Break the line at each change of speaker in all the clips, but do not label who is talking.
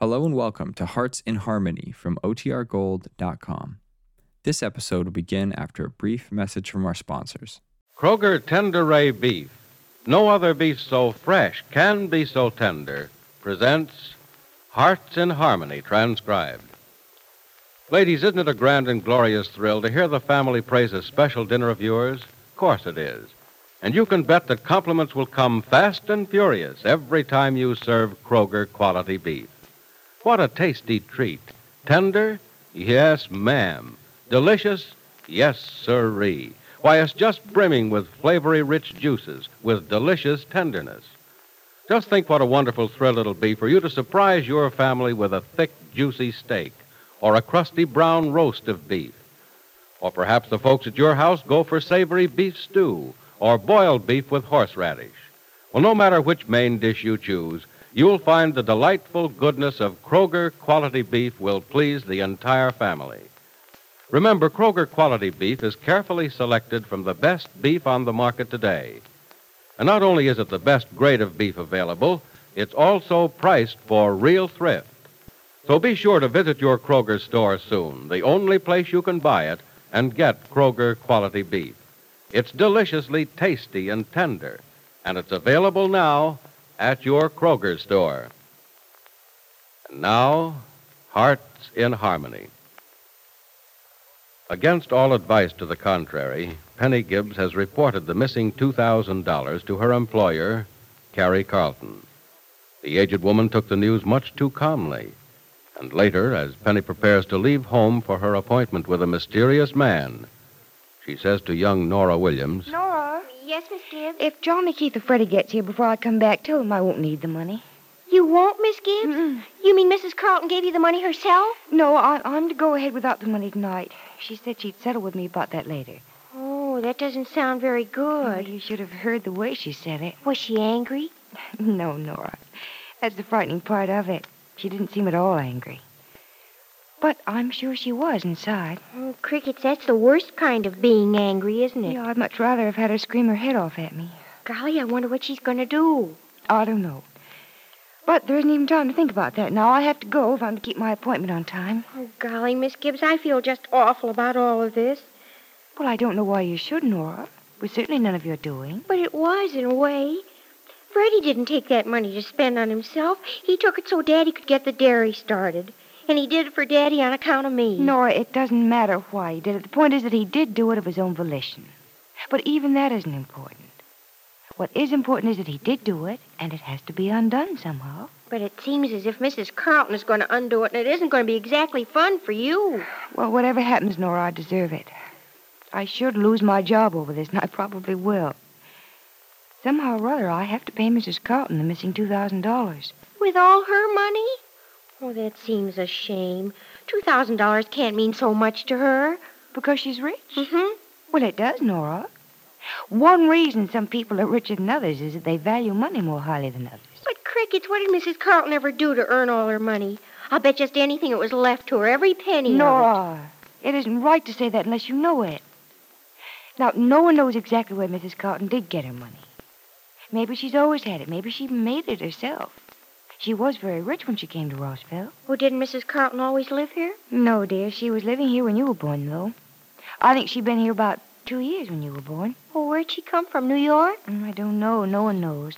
Hello and welcome to Hearts in Harmony from OTRGold.com. This episode will begin after a brief message from our sponsors.
Kroger Tender Ray Beef. No other beef so fresh can be so tender. Presents Hearts in Harmony, transcribed. Ladies, isn't it a grand and glorious thrill to hear the family praise a special dinner of yours? Of course it is. And you can bet that compliments will come fast and furious every time you serve Kroger quality beef. What a tasty treat. Tender? Yes, ma'am. Delicious? Yes, sirree. Why, it's just brimming with flavory rich juices, with delicious tenderness. Just think what a wonderful thrill it'll be for you to surprise your family with a thick, juicy steak, or a crusty brown roast of beef. Or perhaps the folks at your house go for savory beef stew, or boiled beef with horseradish. Well, no matter which main dish you choose, you'll find the delightful goodness of Kroger quality beef will please the entire family. Remember, Kroger quality beef is carefully selected from the best beef on the market today. And not only is it the best grade of beef available, it's also priced for real thrift. So be sure to visit your Kroger store soon, the only place you can buy it and get Kroger quality beef. It's deliciously tasty and tender, and it's available now at your Kroger store. And now, Hearts in Harmony. Against all advice to the contrary, Penny Gibbs has reported the missing $2,000 to her employer, Carrie Carlton. The aged woman took the news much too calmly. And later, as Penny prepares to leave home for her appointment with a mysterious man, she says to young Nora Williams,
Nora? Yes, Miss Gibbs?
If John McKeith or Freddie gets here before I come back, tell them I won't need the money.
You won't, Miss Gibbs? You mean Mrs. Carlton gave you the money herself?
No, I, I'm to go ahead without the money tonight. She said she'd settle with me about that later.
Oh, that doesn't sound very good.
You should have heard the way she said it.
Was she angry?
No, Nora. That's the frightening part of it. She didn't seem at all angry. But I'm sure she was inside.
Oh, crickets, that's the worst kind of being angry, isn't it?
Yeah, I'd much rather have had her scream her head off at me.
Golly, I wonder what she's going to do.
I don't know. But there isn't even time to think about that now. I have to go if I'm to keep my appointment on time.
Oh, golly, Miss Gibbs, I feel just awful about all of this.
Well, I don't know why you should, Nora. It was certainly none of your doing.
But it was, in a way. Freddie didn't take that money to spend on himself. He took it so Daddy could get the dairy started. And he did it for Daddy on account of me.
Nora, it doesn't matter why he did it. The point is that he did do it of his own volition. But even that isn't important. What is important is that he did do it, and it has to be undone somehow.
But it seems as if Mrs. Carlton is going to undo it, and it isn't going to be exactly fun for you.
Well, whatever happens, Nora, I deserve it. I should lose my job over this, and I probably will. Somehow or other, I have to pay Mrs. Carlton the missing $2,000.
With all her money? Oh, that seems a shame. $2,000 can't mean so much to her.
Because she's rich?
Mm-hmm.
Well, it does, Nora. One reason some people are richer than others is that they value money more highly than others.
But, Crickets, what did Mrs. Carlton ever do to earn all her money? I'll bet just anything it was left to her, every penny. of it.
Nora, it isn't right to say that unless you know it. Now, no one knows exactly where Mrs. Carlton did get her money. Maybe she's always had it. Maybe she made it herself. She was very rich when she came to Rossville.
Oh, didn't Mrs. Carlton always live here?
No, dear. She was living here when you were born, though. I think she'd been here about two years when you were born.
Oh, where'd she come from? New York?
Mm, I don't know. No one knows.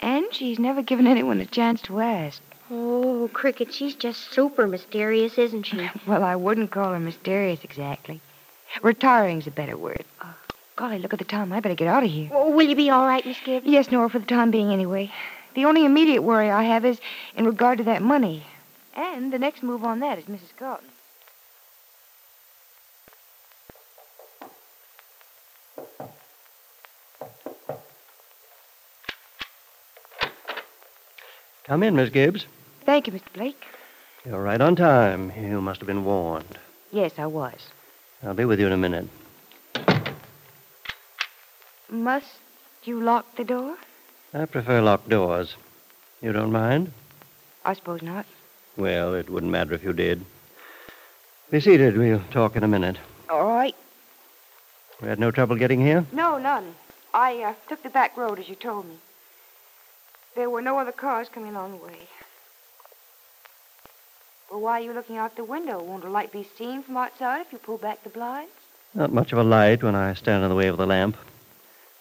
And she's never given anyone a chance to ask.
Oh, Cricket, she's just super mysterious, isn't she?
Well, I wouldn't call her mysterious exactly. Retiring's a better word. Oh, golly, look at the time. I better get out of here.
oh, will you be all right, Miss Gibbs?
Yes, Nora, for the time being, anyway. The only immediate worry I have is in regard to that money. And the next move on that is Mrs. Carlton.
Come in, Miss Gibbs.
Thank you, Mr. Blake.
You're right on time. You must have been warned.
Yes, I was.
I'll be with you in a minute.
Must you lock the door?
I prefer locked doors. You don't mind?
I suppose not.
Well, it wouldn't matter if you did. Be seated. We'll talk in a minute.
All right.
We had no trouble getting here?
No, none. I uh, took the back road as you told me. There were no other cars coming along the way. Well, why are you looking out the window? Won't a light be seen from outside if you pull back the blinds?
Not much of a light when I stand in the way of the lamp.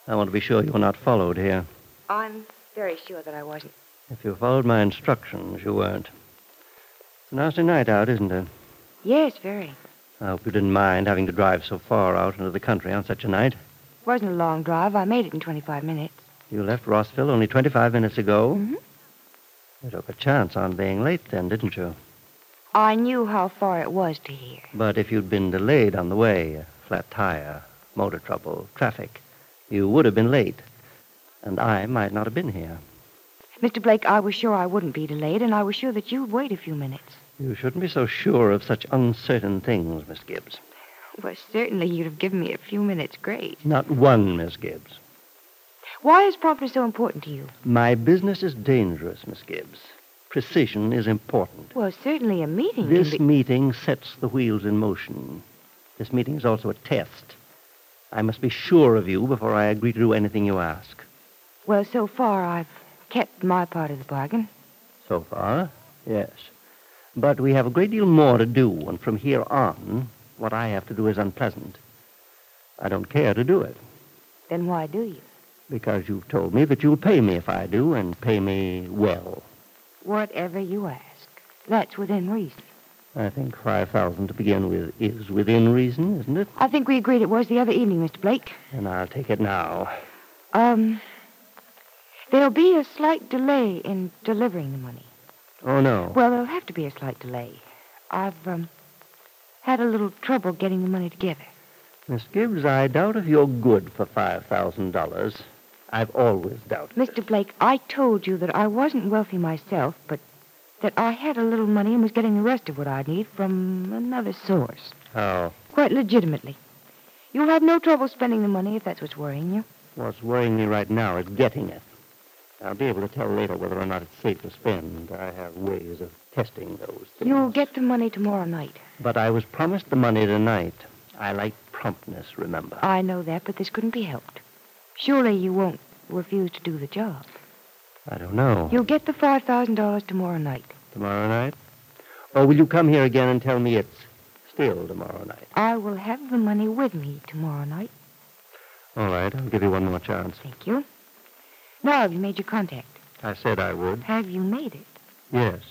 I want to be sure you were not followed here.
I'm very sure that I wasn't.
If you followed my instructions, you weren't. It's a nasty night out, isn't it?
Yes, very.
I hope you didn't mind having to drive so far out into the country on such a night.
Wasn't a long drive. I made it in 25 minutes.
You left Rossville only 25 minutes ago.
Mhm.
You took a chance on being late then, didn't you?
I knew how far it was to here.
But if you'd been delayed on the way, a flat tire, motor trouble, traffic, you would have been late. And I might not have been here.
Mr. Blake, I was sure I wouldn't be delayed, and I was sure that you'd wait a few minutes.
You shouldn't be so sure of such uncertain things, Miss Gibbs.
Well, certainly you'd have given me a few minutes' grace.
Not one, Miss Gibbs.
Why is promptness so important to you?
My business is dangerous, Miss Gibbs. Precision is important.
Well, certainly a meeting. can
This
be-
meeting sets the wheels in motion. This meeting is also a test. I must be sure of you before I agree to do anything you ask.
Well, so far I've kept my part of the bargain.
So far, yes. But we have a great deal more to do, and from here on, what I have to do is unpleasant. I don't care to do it,
Then why do you?
because you've told me that you'll pay me if I do, and pay me well.
Whatever you ask. That's within reason.
I think 5000 to begin with is within reason, isn't it?
I think we agreed it was the other evening, Mr. Blake.
And I'll take it now.
Um, there'll be a slight delay in delivering the money.
Oh, no.
Well, there'll have to be a slight delay. I've, um, had a little trouble getting the money together.
Miss Gibbs, I doubt if you're good for $5,000. I've always doubted. it.
Mr. Blake, I told you that I wasn't wealthy myself, but that I had a little money and was getting the rest of what I need from another source.
How?
Quite legitimately. You'll have no trouble spending the money if that's what's worrying you.
What's worrying me right now is getting it. I'll be able to tell later whether or not it's safe to spend. I have ways of testing those things.
You'll get the money tomorrow night.
But I was promised the money tonight. I like promptness, remember.
I know that, but this couldn't be helped. Surely you won't refuse to do the job.
I don't know.
You'll get the $5,000 tomorrow night.
Tomorrow night? Or will you come here again and tell me it's still tomorrow night?
I will have the money with me tomorrow night.
All right, I'll give you one more chance.
Thank you. Now, have you made your contact?
I said I would.
Have you made it?
Yes.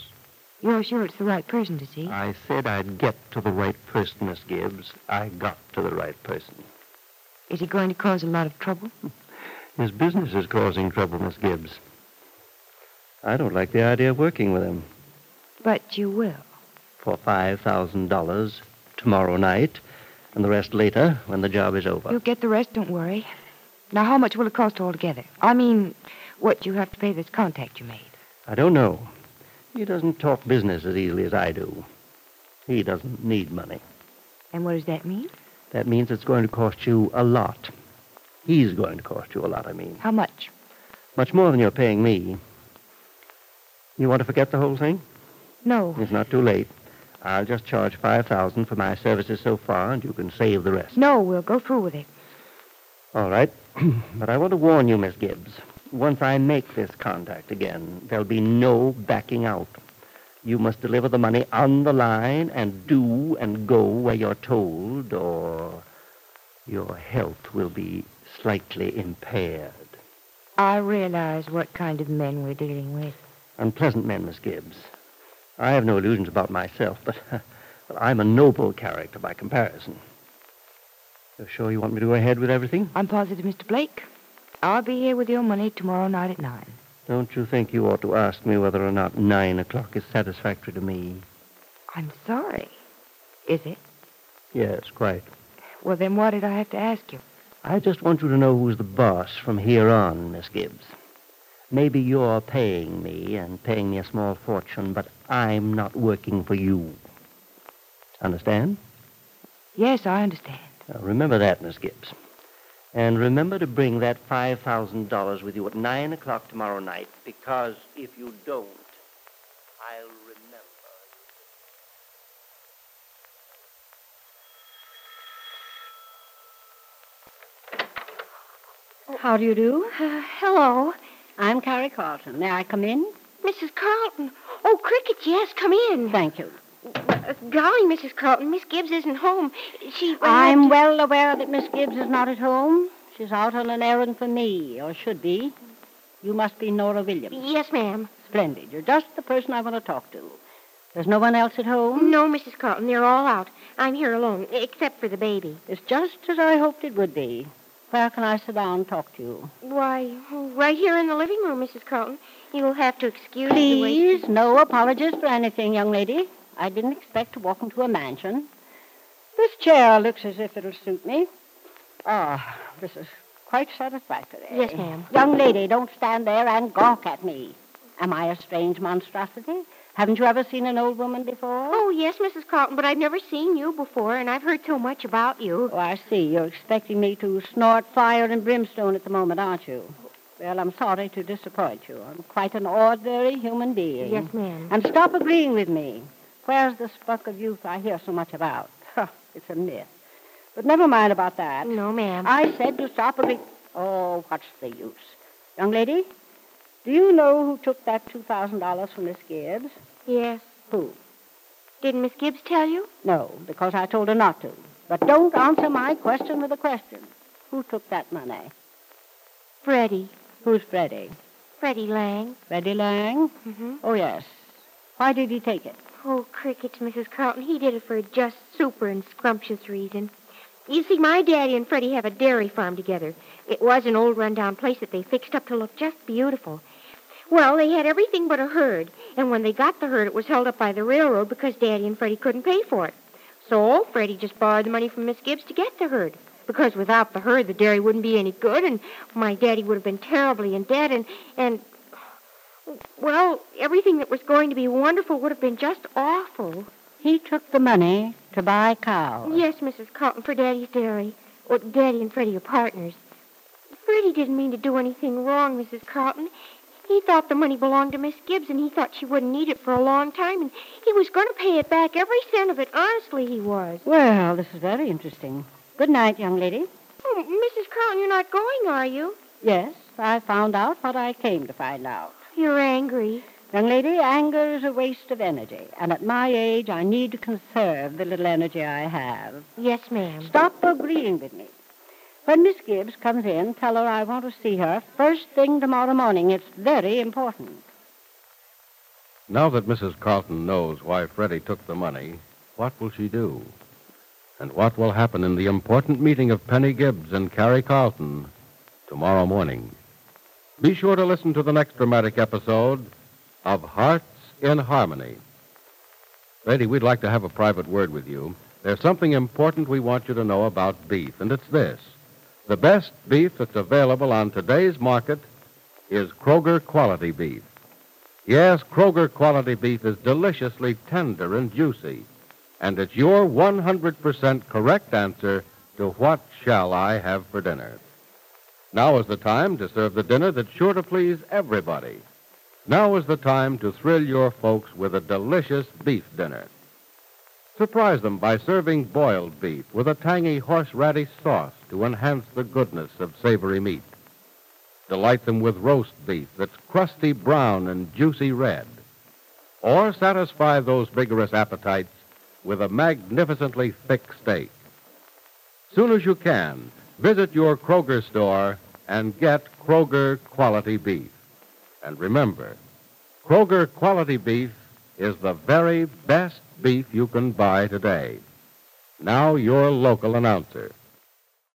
You're sure it's the right person to see?
I said I'd get to the right person, Miss Gibbs. I got to the right person.
Is it going to cause a lot of trouble?
His business is causing trouble, Miss Gibbs. I don't like the idea of working with him.
But you will.
For $5,000 tomorrow night, and the rest later when the job is over.
You'll get the rest, don't worry. Now, how much will it cost altogether? I mean, what you have to pay this contact you made.
I don't know. He doesn't talk business as easily as I do. He doesn't need money.
And what does that mean?
That means it's going to cost you a lot. He's going to cost you a lot, I mean.
How much?
Much more than you're paying me. You want to forget the whole thing?
No.
It's not too late. I'll just charge 5000 for my services so far, and you can save the rest.
No, we'll go through with it.
All right. but I want to warn you, Miss Gibbs. Once I make this contact again, there'll be no backing out. You must deliver the money on the line and do and go where you're told, or your health will be slightly impaired.
I realize what kind of men we're dealing with.
Unpleasant men, Miss Gibbs. I have no illusions about myself, but well, I'm a noble character by comparison. You're sure you want me to go ahead with everything?
I'm positive, Mr. Blake. I'll be here with your money tomorrow night at nine.
Don't you think you ought to ask me whether or not nine o'clock is satisfactory to me?
I'm sorry. Is it?
Yes, quite.
Well, then why did I have to ask you?
I just want you to know who's the boss from here on, Miss Gibbs. Maybe you're paying me and paying me a small fortune, but I'm not working for you. Understand?
Yes, I understand.
Now, remember that, Miss Gibbs. And remember to bring that $5,000 with you at nine o'clock tomorrow night, because if you don't, I'll remember.
How do you do? Uh, hello,
I'm Carrie Carlton. May I come in?
Mrs. Carlton. Oh, Cricket, yes, come in.
Thank you.
happened?
Uh, golly, Mrs. Carlton, Miss Gibbs isn't home. She. well, I
I'm
have
well aware that Miss Gibbs is not at home. She's out on an errand for me, or should be. You must be Nora
to-
Williams.
Yes, ma'am.
Splendid. You're just the person I want to talk to. There's no one else at home?
No, Mrs. Carlton, they're all out. I'm here alone, except for the baby.
It's just as I hoped it would be. Where can I sit down and talk to you?
Why, right here in the living room, Mrs. Carlton. You'll have to excuse the way-
Please, no apologies for anything, young lady. I didn't expect to walk into a mansion. This chair looks as if it'll suit me. Ah, this is quite satisfactory.
Yes, ma'am.
Young lady, don't stand there and gawk at me. Am I a strange monstrosity? Haven't you ever seen an old woman before?
Oh, yes, Mrs. Carlton, but I've never seen you before, and I've heard so much about you.
Oh, I see. You're expecting me to snort fire and brimstone at the moment, aren't you? Well, I'm sorry to disappoint you. I'm quite an ordinary human being.
Yes, ma'am.
And stop agreeing with me. Where's the spark of youth I hear so much about? Huh, it's a myth. But never mind about that.
No, ma'am.
I said to stop agreeing. Oh, what's the use? Young lady, do you know who took that $2,000 from Miss Gibbs?
Yes.
Who?
Did Miss Gibbs tell you?
No, because I told her not to. But don't answer my question with a question. Who took that money?
Freddie.
Who's Freddie?
Freddie Lang.
Freddie Lang?
Mm-hmm.
Oh, yes. Why did he take it?
Oh, crickets, Mrs. Carlton. He did it for a just super and scrumptious reason. You see, my daddy and Freddie have a dairy farm together. It was an old rundown place that they fixed up to look just beautiful. Well, they had everything but a herd, and when they got the herd, it was held up by the railroad because Daddy and Freddie couldn't pay for it. So old Freddie just borrowed the money from Miss Gibbs to get the herd. Because without the herd, the dairy wouldn't be any good, and my daddy would have been terribly in debt, and, and well, everything that was going to be wonderful would have been just awful.
He took the money to buy cows.
Yes, Mrs. Carlton, for Daddy's dairy. Well, Daddy and Freddie are partners. Freddie didn't mean to do anything wrong, Mrs. Carlton. He thought the money belonged to Miss Gibbs, and he thought she wouldn't need it for a long time, and he was going to pay it back, every cent of it. Honestly, he was.
Well, this is very interesting. Good night, young lady.
Oh, Mrs. Carlton, you're not going, are you?
Yes, I found out what I came to find out.
You're angry.
Young lady, anger is a waste of energy, and at my age, I need to conserve the little energy I have.
Yes, ma'am.
Stop agreeing with me. When Miss Gibbs comes in, tell her I want to see her first thing tomorrow morning. It's very important.
Now that Mrs. Carlton knows why Freddie took the money, what will she do? And what will happen in the important meeting of Penny Gibbs and Carrie Carlton tomorrow morning? Be sure to listen to the next dramatic episode of Hearts in Harmony. Lady, we'd like to have a private word with you. There's something important we want you to know about beef, and it's this. The best beef that's available on today's market is Kroger quality beef. Yes, Kroger quality beef is deliciously tender and juicy. And it's your 100% correct answer to what shall I have for dinner. Now is the time to serve the dinner that's sure to please everybody. Now is the time to thrill your folks with a delicious beef dinner. Surprise them by serving boiled beef with a tangy horseradish sauce to enhance the goodness of savory meat. Delight them with roast beef that's crusty brown and juicy red. Or satisfy those vigorous appetites with a magnificently thick steak. Soon as you can, visit your Kroger store and get Kroger quality beef. And remember, Kroger quality beef is the very best beef you can buy today. Now your local announcer.